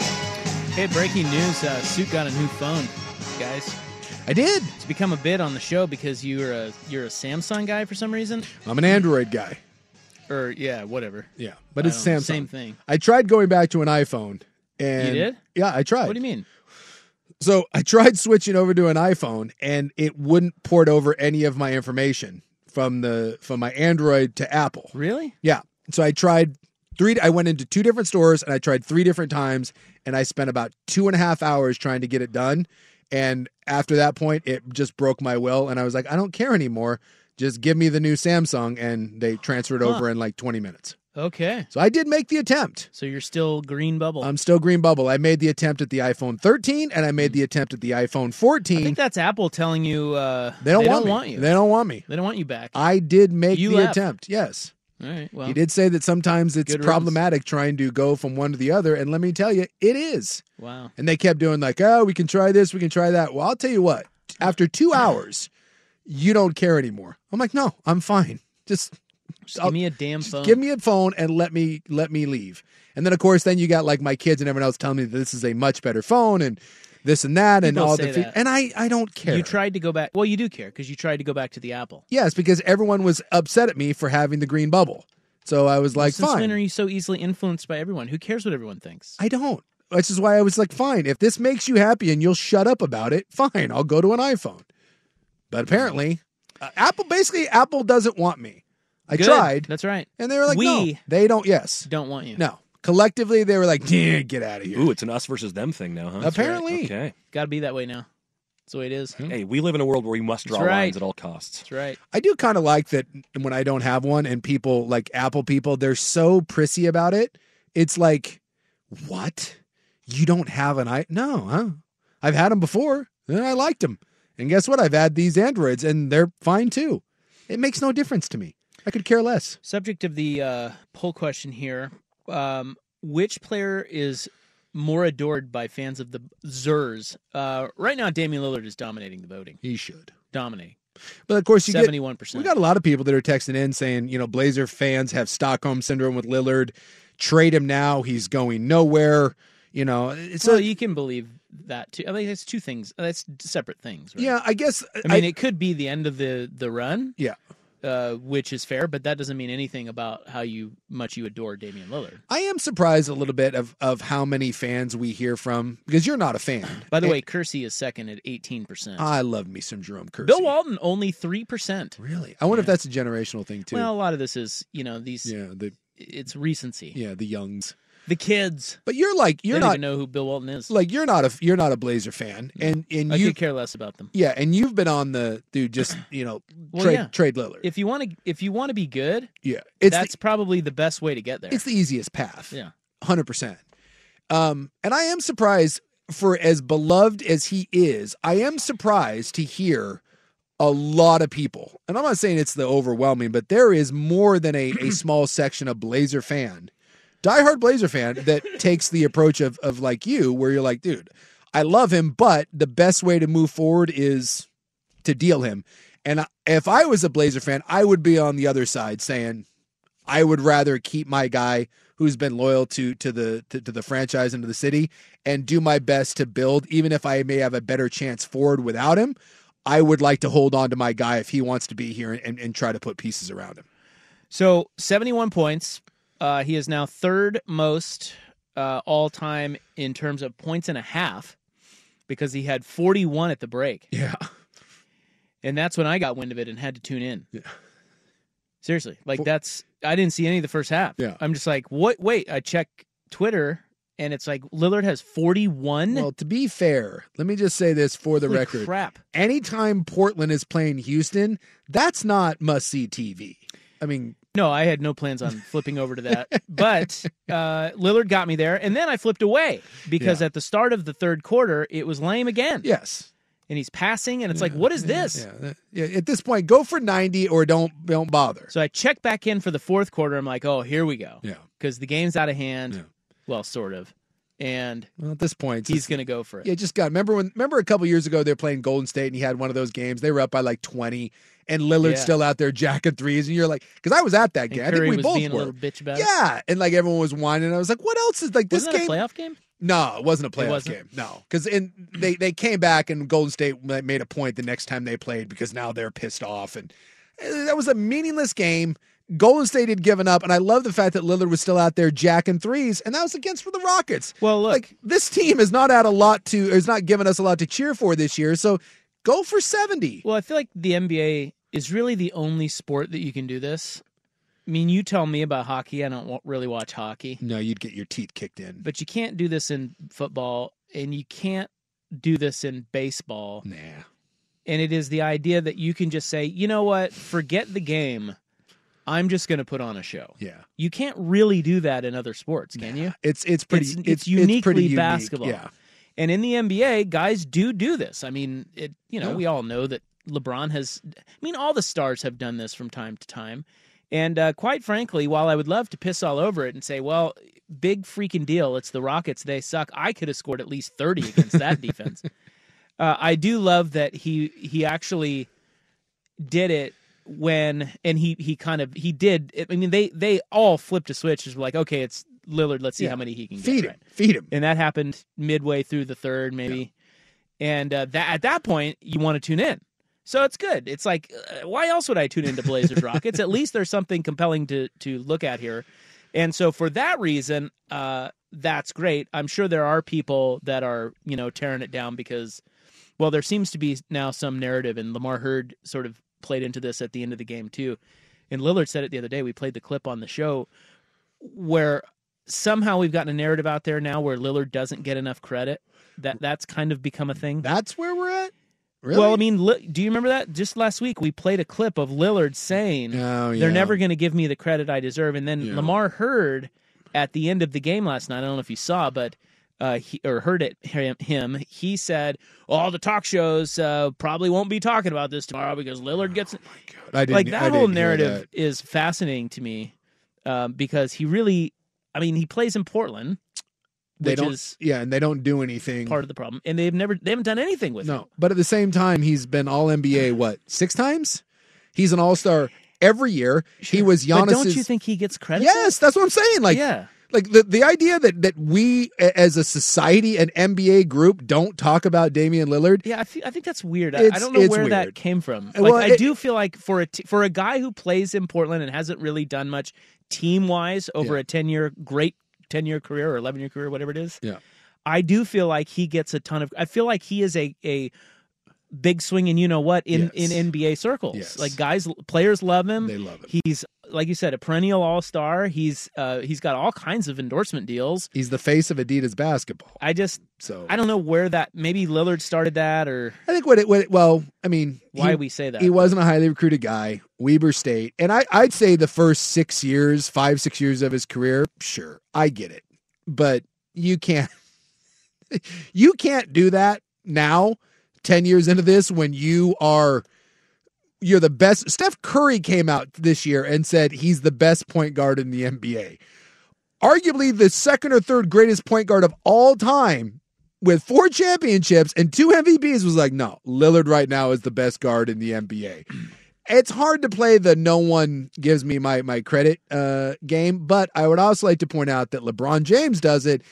S10: Hey, breaking news. Uh, Suit got a new phone, guys.
S11: I did.
S10: It's become a bit on the show because you're a you're a Samsung guy for some reason.
S11: I'm an Android guy.
S10: Or yeah, whatever.
S11: Yeah, but it's Samsung.
S10: Same thing.
S11: I tried going back to an iPhone, and
S10: you did.
S11: Yeah, I tried.
S10: What do you mean?
S11: So I tried switching over to an iPhone, and it wouldn't port over any of my information from the from my Android to Apple.
S10: Really?
S11: Yeah. So I tried three i went into two different stores and i tried three different times and i spent about two and a half hours trying to get it done and after that point it just broke my will and i was like i don't care anymore just give me the new samsung and they transferred huh. over in like 20 minutes
S10: Okay.
S11: So I did make the attempt.
S10: So you're still green bubble.
S11: I'm still green bubble. I made the attempt at the iPhone 13 and I made the attempt at the iPhone 14. I
S10: think that's Apple telling you uh,
S11: they don't, want,
S10: me.
S11: want,
S10: you.
S11: They don't want me.
S10: They don't want you back.
S11: I did make
S10: You
S11: the
S10: left.
S11: attempt. Yes.
S10: All right. Well,
S11: he did say that sometimes it's
S10: Good riddance.
S11: problematic trying to go from one to the other, and let me tell you, it is.
S10: Wow.
S11: And they kept doing like, oh, we can try this, we can try that. Well, I'll tell you what.
S10: [laughs]
S11: After two hours, you don't care anymore. I'm like, no, I'm fine. Just
S10: Just
S11: I'll-
S10: give me a damn phone.
S11: Oh, Give me a phone and let me let me leave. And then of course then you got like my kids and everyone else telling me that this is a much better phone and this and that and
S10: People
S11: all
S10: say
S11: the fe-
S10: that.
S11: and I I don't care.
S10: You tried to go back. Well, you do care because you tried to go back to the Apple.
S11: yes, because everyone was upset at me for having the green bubble. So I was like,
S10: Since
S11: fine.
S10: when are you so easily influenced by everyone? Who cares what everyone thinks?
S11: I don't. Which is why I was like, fine, if this makes you happy and you'll shut up about it, fine, I'll go to an iPhone. But apparently, uh, Apple basically Apple doesn't want me. I
S10: Good.
S11: tried
S10: That's right.
S11: and they were like,
S10: we
S11: no, they don't. Yes,
S10: don't want you.
S11: no. Collectively, they were like, "Yeah, get out of here.
S12: Ooh, it's an us versus them thing now, huh?
S11: That's right. Apparently.
S12: Okay.
S10: Got to be that way now. That's the way it is.
S11: Hmm.
S12: Hey, we live in a world where you must
S10: That's
S12: draw
S10: right.
S12: lines at all costs.
S10: That's right.
S11: I do kind of like that when I don't have one and people like Apple people, they're so prissy about it. It's like, what? You don't have an i? No, huh? I've had them before and I liked them. And guess what? I've had these Androids and they're fine too. It makes no difference to me. I could care less.
S10: Subject of the uh, poll question here: um, Which player is more adored by fans of the Zers? Uh, right now, Damian Lillard is dominating the voting.
S11: He should
S10: dominating.
S11: But of course, you get
S10: 71%.
S11: We got a lot of people that are texting in saying, you know, Blazer fans have Stockholm syndrome with Lillard. Trade him now. He's going nowhere. You know, it's
S10: So
S11: a,
S10: you can believe that too. I mean, that's two things. That's separate things. Right?
S11: yeah. I guess.
S10: I mean, it could be the end of the the run,
S11: yeah.
S10: uh, which is fair, but that doesn't mean anything about how you much you adore Damian Lillard.
S11: I am surprised a little bit of of how many fans we hear from because you're not a fan.
S10: By the way, Kersey is second at eighteen percent.
S11: I love me some Jerome Uh, Kersey.
S10: Bill Walton only three percent.
S11: really? I wonder if that's a generational thing too.
S10: Well, a lot of this is you know these.
S11: yeah, the
S10: It's recency.
S11: yeah the youngs.
S10: The kids.
S11: But you're like
S10: They
S11: you're
S10: don't
S11: not
S10: even know who Bill Walton is.
S11: like you're not a you're not a Blazer fan, and and
S10: I
S11: you
S10: could care less about them.
S11: yeah, and you've been on the dude just you know
S10: Well,
S11: trade
S10: yeah.
S11: trade Lillard.
S10: If you want to, if you want to be good,
S11: yeah, it's
S10: that's probably the best way to get there.
S11: the, it's the easiest path.
S10: yeah.
S11: hundred percent. Um, and I am surprised for as beloved as he is, I am surprised to hear a lot of people, and I'm not saying it's the overwhelming, but there is more than a, a small section of Blazer fan, diehard Blazer fan, that takes the approach of of like you, where you're like, dude, I love him, but the best way to move forward is to deal him. And I- if I was a Blazer fan, I would be on the other side saying, I would rather keep my guy who's been loyal to to the to, to the franchise and to the city and do my best to build, even if I may have a better chance forward without him. I would like to hold on to my guy if he wants to be here and, and try to put pieces around him.
S10: So 71 points. Uh, he is now third most uh, all time in terms of points and a half because he had 41 at the break.
S11: Yeah.
S10: And that's when I got wind of it and had to tune in.
S11: Yeah.
S10: Seriously. Like, that's, I didn't see any of the first half.
S11: Yeah.
S10: I'm just like, what? Wait, I check Twitter and it's like Lillard has 41.
S11: Well, to be fair, let me just say this for the
S10: Holy
S11: record.
S10: crap.
S11: Anytime Portland is playing Houston, that's not must see TV. I mean,
S10: No, I had no plans
S11: [laughs]
S10: on flipping over to that. But uh, Lillard got me there. And then I flipped away because
S11: Yeah.
S10: at the start of the third quarter, it was lame again.
S11: yes.
S10: And he's passing, and it's like, what is this?
S11: Yeah, yeah, at this point, go for 90 or don't don't bother.
S10: So I check back in for the fourth quarter. I'm like, oh, here we go.
S11: Yeah.
S10: Because the game's out of hand.
S11: Yeah.
S10: Well, sort of. And
S11: Well, at this point,
S10: he's going to go for it.
S11: Yeah, just got. Remember when? Remember a couple years ago they were playing Golden State and he had one of those games. They were up by like twenty, and
S10: Yeah.
S11: Lillard's still out there jacking threes, and you're like, because I was at that
S10: And
S11: game. I
S10: Curry
S11: think we
S10: was
S11: both
S10: being a
S11: were.
S10: little bitch about it.
S11: yeah, and like everyone was whining. I was like, what else is like this
S10: Wasn't
S11: game?
S10: that a playoff game?
S11: No, it wasn't a playoff
S10: wasn't?
S11: game. No, because and they they came back and Golden State ma- made a point the next time they played because now they're pissed off and uh, that was a meaningless game. Golden State had given up, and I love the fact that Lillard was still out there jacking threes, and that was against the Rockets.
S10: Well, look.
S11: Like this team has not had a lot to, or has not given us a lot to cheer for this year. So go for seventy.
S10: Well, I feel like the NBA is really the only sport that you can do this. I mean, you tell me about hockey. I don't wa- really watch hockey.
S11: No, you'd get your teeth kicked in.
S10: But you can't do this in football, and you can't do this in baseball.
S11: Nah,
S10: and it is the idea that you can just say, you know what, forget the game. I'm just going to put on a show.
S11: Yeah.
S10: You can't really do that in other sports, can you?
S11: It's it's pretty
S10: It's,
S11: it's,
S10: it's,
S11: it's
S10: uniquely
S11: pretty unique,
S10: basketball.
S11: Yeah.
S10: And in the NBA, guys do do this. I mean, it you know,
S11: Yeah.
S10: we all know that LeBron has I mean, all the stars have done this from time to time. And uh, quite frankly, while I would love to piss all over it and say, well, big freaking deal, it's the Rockets, they suck. I could have scored at least 30 against that
S11: [laughs]
S10: defense. Uh, I do love that he he actually did it when and he he kind of he did I mean they they all flipped a switch is like okay it's Lillard let's see
S11: Yeah.
S10: how many he can
S11: Feed
S10: get,
S11: him.
S10: right?
S11: Feed him.
S10: and that happened midway through the third, maybe. And uh, that at that point, you want to tune in, so it's good. It's like, uh, why else would I tune into Blazers Rockets? At least there's something compelling to to look at here, and so for that reason, uh, that's great. I'm sure there are people that are you know tearing it down because, well, there seems to be now some narrative, and Lamar Heard sort of played into this at the end of the game too, and Lillard said it the other day. We played the clip on the show where somehow we've gotten a narrative out there now where Lillard doesn't get enough credit. That that's kind of become a thing.
S11: That's where we're at. Really?
S10: Well, I mean, li- do you remember that? Just last week, we played a clip of Lillard saying,
S11: Oh, yeah.
S10: "They're never going to give me the credit I deserve." And then
S11: Yeah.
S10: Lamar heard at the end of the game last night. I don't know if you saw, but uh, he or heard it him. him, He said, "All the talk shows uh, probably won't be talking about this tomorrow because Lillard gets."
S11: [sighs] I didn't-
S10: like
S11: I
S10: that whole
S11: didn't hear
S10: narrative
S11: that.
S10: is fascinating to me um, because he really, I mean, he plays in Portland,
S11: they
S10: which
S11: don't
S10: is
S11: yeah, and they don't do anything.
S10: part of the problem, and they've never they haven't done anything with him.
S11: No, but at the same time, he's been All [sighs] NBA what six times? He's an All Star every year. He was
S10: But
S11: Giannis's.
S10: don't you think he gets credit? for
S11: yes, that's what I'm saying. Like,
S10: Yeah.
S11: like the the idea that that we a- as a society, an NBA group, don't talk about Damian Lillard.
S10: Yeah, I, feel, I think that's weird. I, I
S11: It's-
S10: don't know
S11: it's
S10: where that
S11: weird.
S10: came from. Like,
S11: Uh, well,
S10: I
S11: it-
S10: do feel like for a t- for a guy who plays in Portland and hasn't really done much team wise over
S11: Yeah.
S10: a ten year great ten year career or eleven year career, whatever it is.
S11: Yeah.
S10: I do feel like he gets a ton of. I feel like he is a a big swing and you know what in
S11: Yes.
S10: in NBA circles.
S11: Yes.
S10: Like guys, players love him.
S11: They love
S10: him. He's like you said, a perennial all star. He's uh he's got all kinds of endorsement deals.
S11: He's the face of Adidas basketball.
S10: I just
S11: So
S10: I don't know where that maybe Lillard started that or
S11: I think what it, what it well, I mean,
S10: Why we say that,
S11: he
S10: but-
S11: wasn't a highly recruited guy. Weber State, and I I'd say the first six years, five six years of his career, sure, I get it, but you can't [laughs] you can't do that now, ten years into this when you are. You're the best. Steph Curry came out this year and said he's the best point guard in the NBA. Arguably the second or third greatest point guard of all time with four championships and two MVPs was like, no, Lillard right now is the best guard in the NBA. [clears throat] It's hard to play the no one gives me my my credit uh, game, but I would also like to point out that LeBron James does it,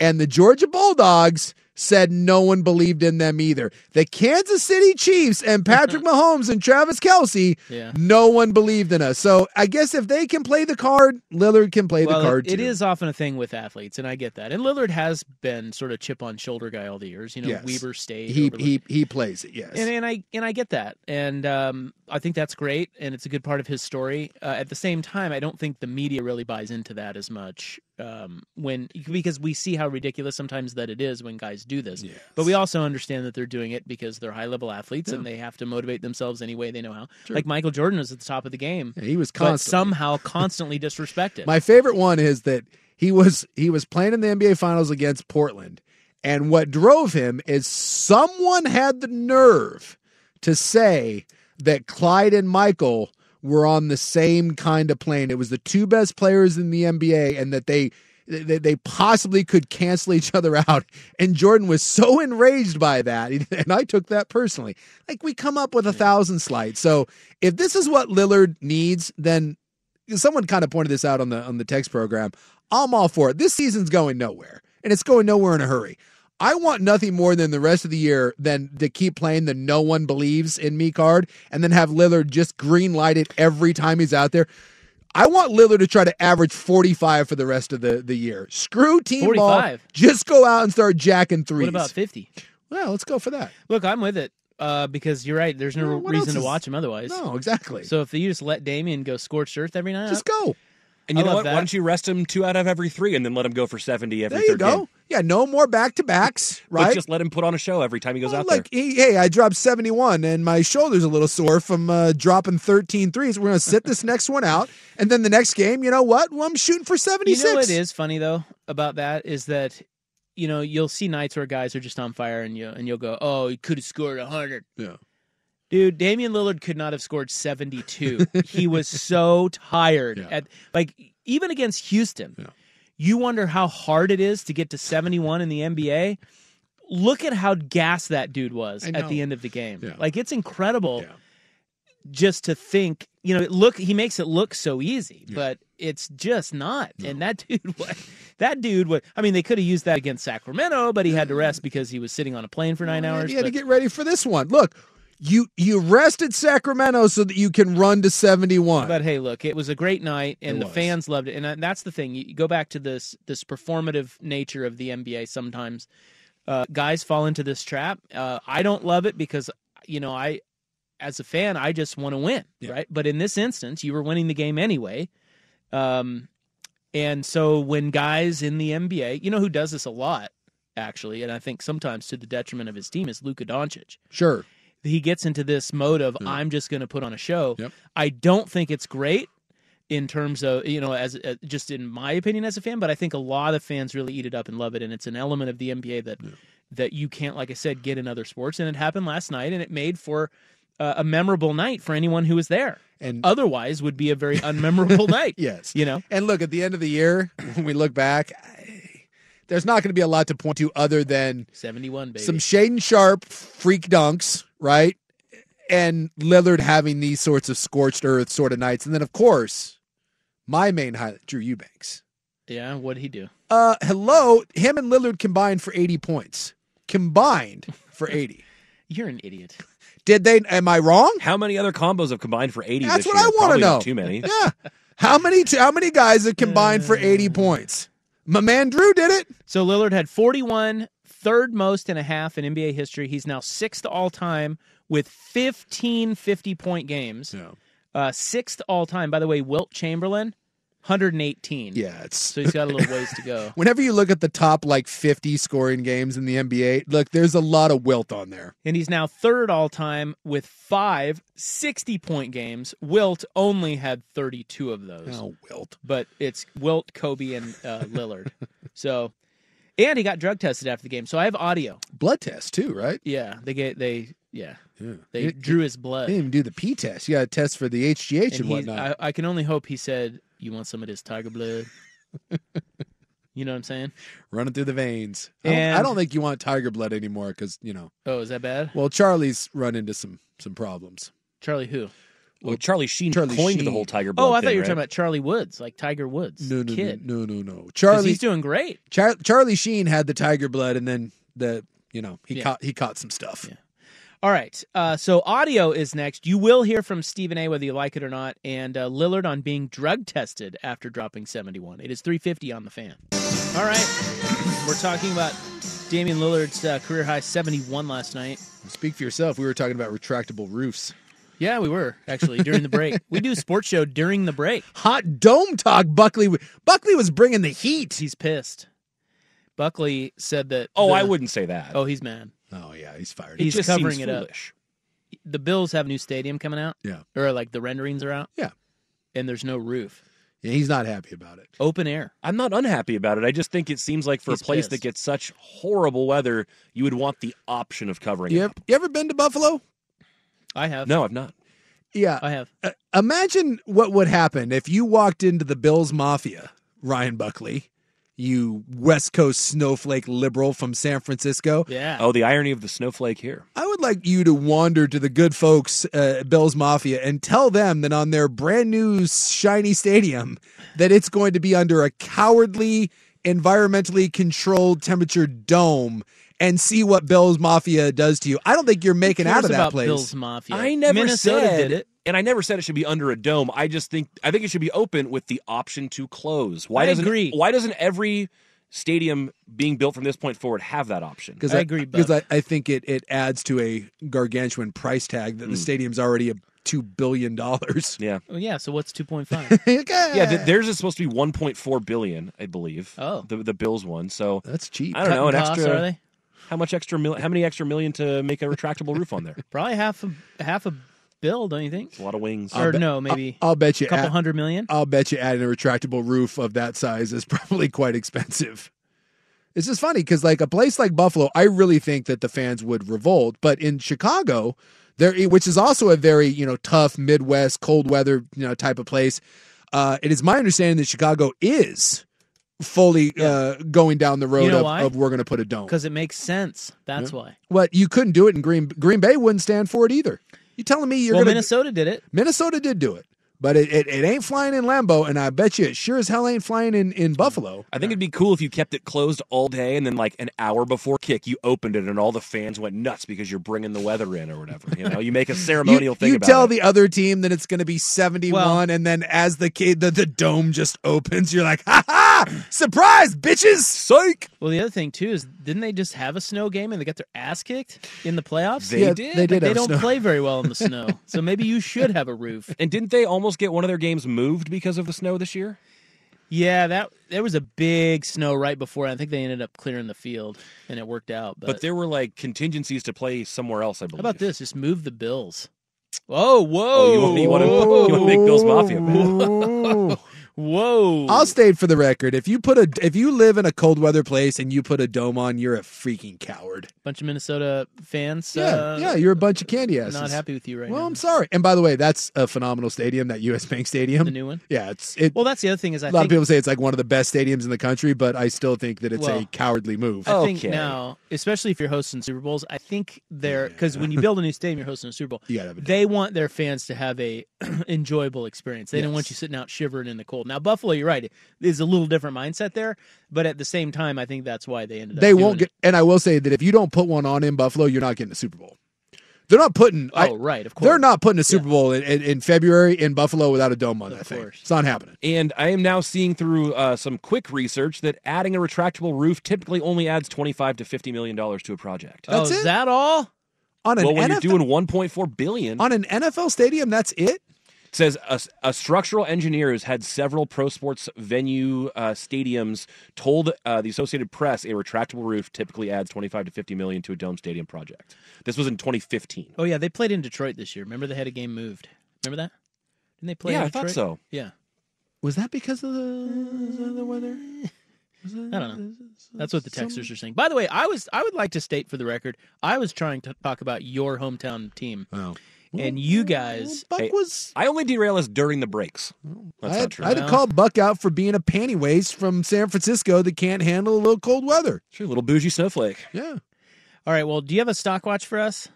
S11: and the Georgia Bulldogs said no one believed in them either. The Kansas City Chiefs
S10: [laughs]
S11: and Patrick Mahomes and Travis Kelsey,
S10: Yeah.
S11: no one believed in us. So I guess if they can play the card, Lillard can play
S10: well,
S11: the card
S10: it- it
S11: too.
S10: is often a thing with athletes, and I get that. And Lillard has been sort of chip on shoulder guy all the years. You know,
S11: Yes.
S10: Weber stayed.
S11: He
S10: Oberle-
S11: he he plays it. Yes.
S10: and, and I and I get that, and um, I think that's great, and it's a good part of his story. Uh, at the same time, I don't think the media really buys into that as much um, when because we see how ridiculous sometimes that it is when guys do this. But we also understand that they're doing it because they're high level athletes and they have to motivate themselves any way they know how. Like Michael Jordan was at the top of the game.
S11: he was
S10: but
S11: constantly. [laughs]
S10: somehow constantly disrespected.
S11: My favorite one is that he was he was playing in the NBA Finals against Portland, and what drove him is someone had the nerve to say that Clyde and Michael were on the same kind of plane. It was the two best players in the NBA, and that they. They, they possibly could cancel each other out. And Jordan was so enraged by that. [laughs] And I took that personally. Like, we come up with a thousand slides. So, if this is what Lillard needs, then someone kind of pointed this out on the on the text program. I'm all for it. This season's going nowhere, and it's going nowhere in a hurry. I want nothing more than the rest of the year than to keep playing the no one believes in me card, and then have Lillard just green lighted every time he's out there. I want Lillard to try to average 45 for the rest of the, the year. Screw team ball.
S10: 45?
S11: Just go out and start jacking threes.
S10: what about fifty?
S11: Well, let's go for that.
S10: Look, I'm with it uh, because you're right. There's no
S11: what
S10: reason
S11: else
S10: to
S11: is-
S10: watch him otherwise.
S11: No, exactly.
S12: uh,
S10: So if you just let Damien go scorched earth every night,
S11: Just go.
S12: And you know what? Why don't you rest him two out of every three, and then let him go for seventy every
S11: There you
S12: third
S11: go.
S12: game?
S11: Yeah, no more back to backs,
S12: But
S11: right?
S12: just let him put on a show every time he goes out
S11: like, he- hey, I dropped 71 and my shoulder's a little sore from uh, dropping 13 threes. We're going to sit this next one out. And then the next game, you know what? Well, I'm shooting for 76.
S10: You know what is funny though about that is that you know you'll see nights where guys are just on fire and you and you'll go, oh, he could have scored hundred.
S11: Yeah.
S10: Dude, Damian Lillard could not have scored
S11: [laughs]
S10: 72. he was so tired at like even against Houston. You wonder how hard it is to get to 71 in the NBA. Look at how gassed that dude was
S11: I
S10: at the
S11: know.
S10: end of the game. Like it's incredible just to think, you know, look he makes it look so easy, but it's just not. And that dude was that dude was I mean they could have used that against Sacramento, but he had to rest because he was sitting on a plane for 9 hours.
S11: You had
S10: but-
S11: to get ready for this one. Look, you you rested Sacramento so that you can run to 71.
S10: But hey, look, it was a great night, and
S11: It
S10: the
S11: was.
S10: fans loved it. And uh, that's the thing. You you go back to this this performative nature of the NBA. Sometimes uh, guys fall into this trap. Uh, I don't love it because you know I, as a fan, I just want to win, right? But in this instance, you were winning the game anyway. Um, and so when guys in the NBA, you know who does this a lot, actually, and I think sometimes to the detriment of his team is Luka Doncic
S11: Sure.
S10: he gets into this mode
S11: Mm.
S10: of I'm just going to put on a show. I don't think it's great in terms of you know as uh, just in my opinion as a fan, but I think a lot of fans really eat it up and love it, and it's an element of the NBA that that you can't, like I said, get in other sports. And it happened last night, and it made for uh, a memorable night for anyone who was there.
S11: And
S10: otherwise, would be a very
S11: [laughs]
S10: unmemorable night.
S11: Yes.
S10: you know.
S11: And look, at the end of the year, [laughs] when we look back, I- there's not going to be a lot to point to other than
S10: 71 baby.
S11: some Shaden Sharp freak dunks, right? And Lillard having these sorts of scorched earth sort of nights. And then, of course, my main highlight, Drew Eubanks.
S10: yeah, what'd he do?
S11: Uh, hello, him and Lillard combined for 80 points. Combined for 80.
S10: You're an idiot.
S11: Did they? Am I wrong?
S12: How many other combos have combined for eighty?
S11: That's
S12: this
S11: what I
S12: year?
S11: want to
S12: Probably
S11: know.
S12: not Too many.
S11: Yeah. How many? How many guys have combined for 80 points? My man Drew did it.
S10: So Lillard had 41, third most and a half in NBA history. He's now sixth all time with 15 50 point games. Uh, sixth all time. By the way, Wilt Chamberlain, 118.
S11: Yeah, it's so
S10: he's got a little ways to
S11: [laughs]
S10: go.
S11: Whenever you look at the top like 50 scoring games in the NBA, look, there's a lot of wilt on there.
S10: And he's now third all time with five 60 point games. Wilt only had 32 of those.
S11: Oh, Wilt.
S10: But it's Wilt, Kobe, and uh, Lillard. so, and he got drug tested after the game. So I have audio.
S11: Blood test too, right?
S10: Yeah. They get, they, yeah.
S11: Yeah.
S10: They drew his blood.
S11: They didn't even do the P test. You got to test for the HGH and,
S10: And uh, he-
S11: whatnot.
S10: I, I can only hope he said, "You want some of this tiger [laughs] blood?" you know what I'm saying?
S11: Running through the veins. I don't, I
S10: And-
S11: don't think you want tiger blood anymore because you know.
S10: Oh, is that bad?
S11: Well, Charlie's run into some some problems.
S10: Charlie who?
S12: Well, Charlie Sheen
S11: Charlie
S12: coined the
S11: Sheen.
S12: whole Tiger Blood.
S10: Oh, I thought
S12: thing,
S10: you were
S12: right?
S10: talking about Charlie Woods, like Tiger Woods,
S11: No, no,
S10: kid.
S11: no, no, no, no.
S10: 'Cause
S11: Charlie,
S10: he's doing great.
S11: Char- Charlie Sheen had the tiger blood, and then the you know he
S10: Yeah.
S11: caught he caught some stuff.
S10: All right, uh, so audio is next. You will hear from Stephen A. whether you like it or not, and uh, Lillard on being drug tested after dropping 71. It is 350 on the fan. All right, we're talking about Damian Lillard's uh, career high 71 last night.
S11: Speak for yourself. We were talking about retractable roofs.
S10: Yeah, we were actually during the break. we do a sports show during the break.
S11: Hot dome talk. Buckley Buckley was bringing the heat.
S10: He's pissed. Buckley said that.
S12: Oh,
S10: the-
S12: I wouldn't say that.
S10: Oh, he's mad.
S11: Oh yeah, he's fired.
S10: He's
S12: just
S10: covering
S12: seems
S10: it up.
S12: foolish.
S10: The Bills have a new stadium coming out.
S11: Yeah.
S10: Or like the renderings are out.
S11: Yeah.
S10: And there's no roof.
S11: Yeah, he's not happy about it.
S10: Open air.
S12: I'm not unhappy about it. I just think it seems like for
S10: He's
S12: a place
S10: pissed.
S12: that gets such horrible weather, you would want the option of covering
S11: You
S12: it.
S11: ever, you ever been to Buffalo?
S10: I have.
S12: No, I've not.
S11: Yeah.
S10: I have.
S11: Uh, imagine what would happen if you walked into the Bills Mafia, Ryan Buckley, you West Coast snowflake liberal from San Francisco.
S10: Yeah.
S12: Oh, the irony of the snowflake here.
S11: I would like you to wander to the good folks uh, at Bills Mafia and tell them that on their brand new shiny stadium that it's going to be under a cowardly environmentally controlled temperature dome and see what Bills Mafia does to you. I don't think you're making
S10: cares
S11: out of that
S10: about
S11: place.
S10: Bills Mafia.
S12: I never
S10: Minnesota
S12: said
S10: did it.
S12: And I never said it should be under a dome. I just think I think it should be open with the option to close. Why
S10: I
S12: doesn't
S10: agree.
S12: why doesn't every stadium being built from this point forward have that option?
S11: Because
S10: I agree,
S12: Mm.
S11: Because I, I think it, it adds to a gargantuan price tag that the stadium's already two billion dollars.
S12: Yeah.
S10: Well, yeah. So what's two point five?
S12: [laughs] Yeah, th- theirs is supposed to be 1.4 billion, I believe.
S10: Oh.
S12: the, the Bills one. So
S11: that's cheap.
S12: I don't know an
S10: Cutting costs,
S12: extra.
S10: are they?
S12: How much extra? Mil- how many extra million to make a retractable roof on there?
S10: Probably half a half a bill, don't you think?
S12: It's a lot of wings.
S10: Or no, maybe.
S11: I'll, I'll bet you
S10: a couple
S11: add-
S10: hundred million.
S11: I'll bet you adding a retractable roof of that size is [laughs] probably quite expensive. This is funny because like a place like Buffalo, I really think that the fans would revolt. But in Chicago, there, which is also a very you know tough Midwest cold weather you know type of place, uh, it is my understanding that Chicago is fully uh, going down the road
S10: You know
S11: of,
S10: why?
S11: of we're going to put a dome.
S10: Because it makes sense. That's why.
S11: What you couldn't do it in Green Green Bay wouldn't stand for it either. You telling me you're
S10: well,
S11: going to
S10: Minnesota did it.
S11: Minnesota did do it, but it, it, it ain't flying in Lambeau, and I bet you it sure as hell ain't flying in, in Buffalo.
S12: I think it'd be cool if you kept it closed all day, and then like an hour before kick, you opened it, and all the fans went nuts because you're bringing the weather in or whatever. You know,
S11: [laughs]
S12: you make a ceremonial
S11: You,
S12: thing.
S11: you
S12: about
S11: tell
S12: it.
S11: the other team that it's going to be 71, and then as the kid the, the dome just opens, you're like, ha ha! Surprise, bitches! Psych!
S10: Well, the other thing too is, didn't they just have a snow game and they got their ass kicked in the playoffs?
S12: They Yeah, did. they
S10: Like,
S12: did
S10: they
S12: have
S10: don't
S12: snow.
S10: play very
S12: [laughs]
S10: well in the snow, so maybe you should have a roof.
S12: And didn't they almost get one of their games moved because of the snow this year?
S10: Yeah, that there was a big snow right before. I think they ended up clearing the field, and it worked out. But,
S12: But there were like contingencies to play somewhere else. I
S10: how
S12: believe.
S10: about this? Just move the Bills. Whoa, whoa!
S12: Oh, you want- you want to- you want to make Bills
S10: [laughs]
S12: Mafia,
S10: man? whoa!
S11: I'll state for the record: if you put a if you live in a cold weather place and you put a dome on, you're a freaking coward.
S10: bunch of Minnesota fans.
S11: Yeah,
S10: uh,
S11: yeah, you're a bunch of candy asses.
S10: not happy with you right
S11: well,
S10: now.
S11: I'm sorry. And by the way, that's a phenomenal stadium, that US Bank Stadium,
S10: The new one?
S11: Yeah, it's it.
S10: Well, that's the other thing is I
S11: a lot
S10: think
S11: of people say it's like one of the best stadiums in the country, but I still think that it's a
S10: Well,
S11: cowardly move.
S10: I think now, especially if you're hosting Super Bowls, I think they're because when you build a new stadium, you're hosting a Super Bowl.
S11: You gotta have a
S10: they want their fans to have a [clears throat] enjoyable experience. They don't want you sitting out shivering in the cold. Now, Buffalo, you're right, is a little different mindset there, but at the same time, I think that's why they ended up.
S11: they
S10: doing
S11: won't
S10: it.
S11: get. And I will say that if you don't put one on in Buffalo, you're not getting a Super Bowl. They're not putting. I-
S10: Oh, right, of
S11: They're not putting a Super Bowl in, in, in February in Buffalo without a dome on that thing. It's not happening.
S12: And I am now seeing through uh, some quick research that adding a retractable roof typically only adds twenty-five to fifty million dollars to a project.
S10: Oh, is that all?
S11: On an
S12: well, when
S11: NFL
S12: you're doing one point four billion,
S11: on an NFL stadium, that's it.
S12: it says a, a structural engineer who's had several pro sports venue uh, stadiums told uh, the Associated Press a retractable roof typically adds twenty-five to fifty million to a dome stadium project. This was in twenty fifteen.
S10: Oh yeah, they played in Detroit this year. Remember they had a game moved. Remember that? Didn't they play?
S12: Yeah,
S10: in
S12: I thought
S10: Detroit?
S12: so.
S10: Yeah,
S11: Was that because of the, the weather?
S10: I don't know. That's what the texters are saying. By the way, I was I would like to state for the record, I was trying to talk about your hometown team.
S11: Oh.
S10: And you guys
S11: Buck was
S12: I only derail us during the breaks.
S10: Oh,
S12: That's
S11: I
S12: not
S11: had,
S12: true.
S11: I had to call Buck out for being a panty waste from San Francisco that can't handle a little cold weather.
S12: Sure, little bougie snowflake.
S11: Yeah.
S10: All right, well, do you have a stock watch for us?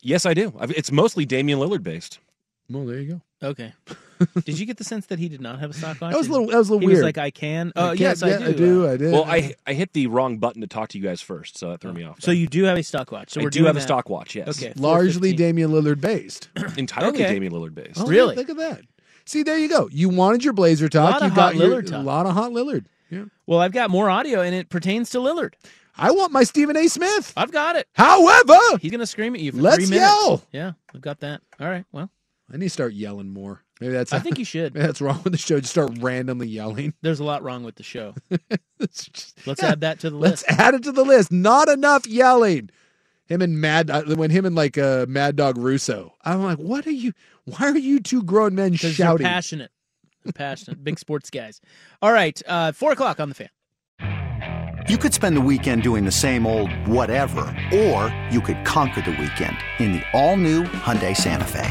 S12: Yes, I do. I've, it's mostly Damian Lillard based.
S11: Well, there you go. [laughs]
S10: Okay. did you get the sense that he did not have a stock watch?
S11: That was a little- that was a little
S10: he
S11: weird.
S10: like I can.
S11: I
S10: Oh,
S11: can't-
S10: yes,
S11: yeah,
S10: I do.
S11: I do, I did.
S12: Well, I I hit the wrong button to talk to you guys first, so that threw me off.
S10: Oh. So you do have a stock watch. So
S12: I
S10: we're
S12: do
S10: doing
S12: have a
S10: that.
S12: stock watch, yes.
S10: Okay.
S11: Largely Damian Lillard based.
S10: Oh,
S12: Entirely
S10: Okay.
S12: Damian Lillard based.
S11: Oh,
S10: Really?
S11: Look at that. See, there you go. You wanted your blazer talk.
S10: Lot
S11: you
S10: of
S11: got
S10: hot
S11: your,
S10: Lillard
S11: A
S10: talk.
S11: lot of hot Lillard. Yeah.
S10: Well, I've got more audio and it pertains to Lillard.
S11: I want my Stephen A. Smith.
S10: I've got it.
S11: However,
S10: He's going to scream at you for
S11: Let's
S10: three minutes.
S11: yell.
S10: Yeah, I've got that. All right, well.
S11: I need to start yelling more. Maybe that's.
S10: I think you should.
S11: Maybe [laughs] that's wrong with the show. Just start randomly yelling. [laughs]
S10: There's a lot wrong with the show.
S11: It's just-
S10: Let's
S11: Yeah.
S10: add that to the
S11: Let's
S10: list.
S11: add it to the list. Not enough yelling. Him and Mad uh, when him and like uh, Mad Dog Russo. I'm like, what are you? Why are you two grown men
S10: Because
S11: shouting?
S10: They're passionate. They're passionate. Big sports guys. All right. Uh, four o'clock on the fan.
S6: You could spend the weekend doing the same old whatever, or you could conquer the weekend in the all-new Hyundai Santa Fe.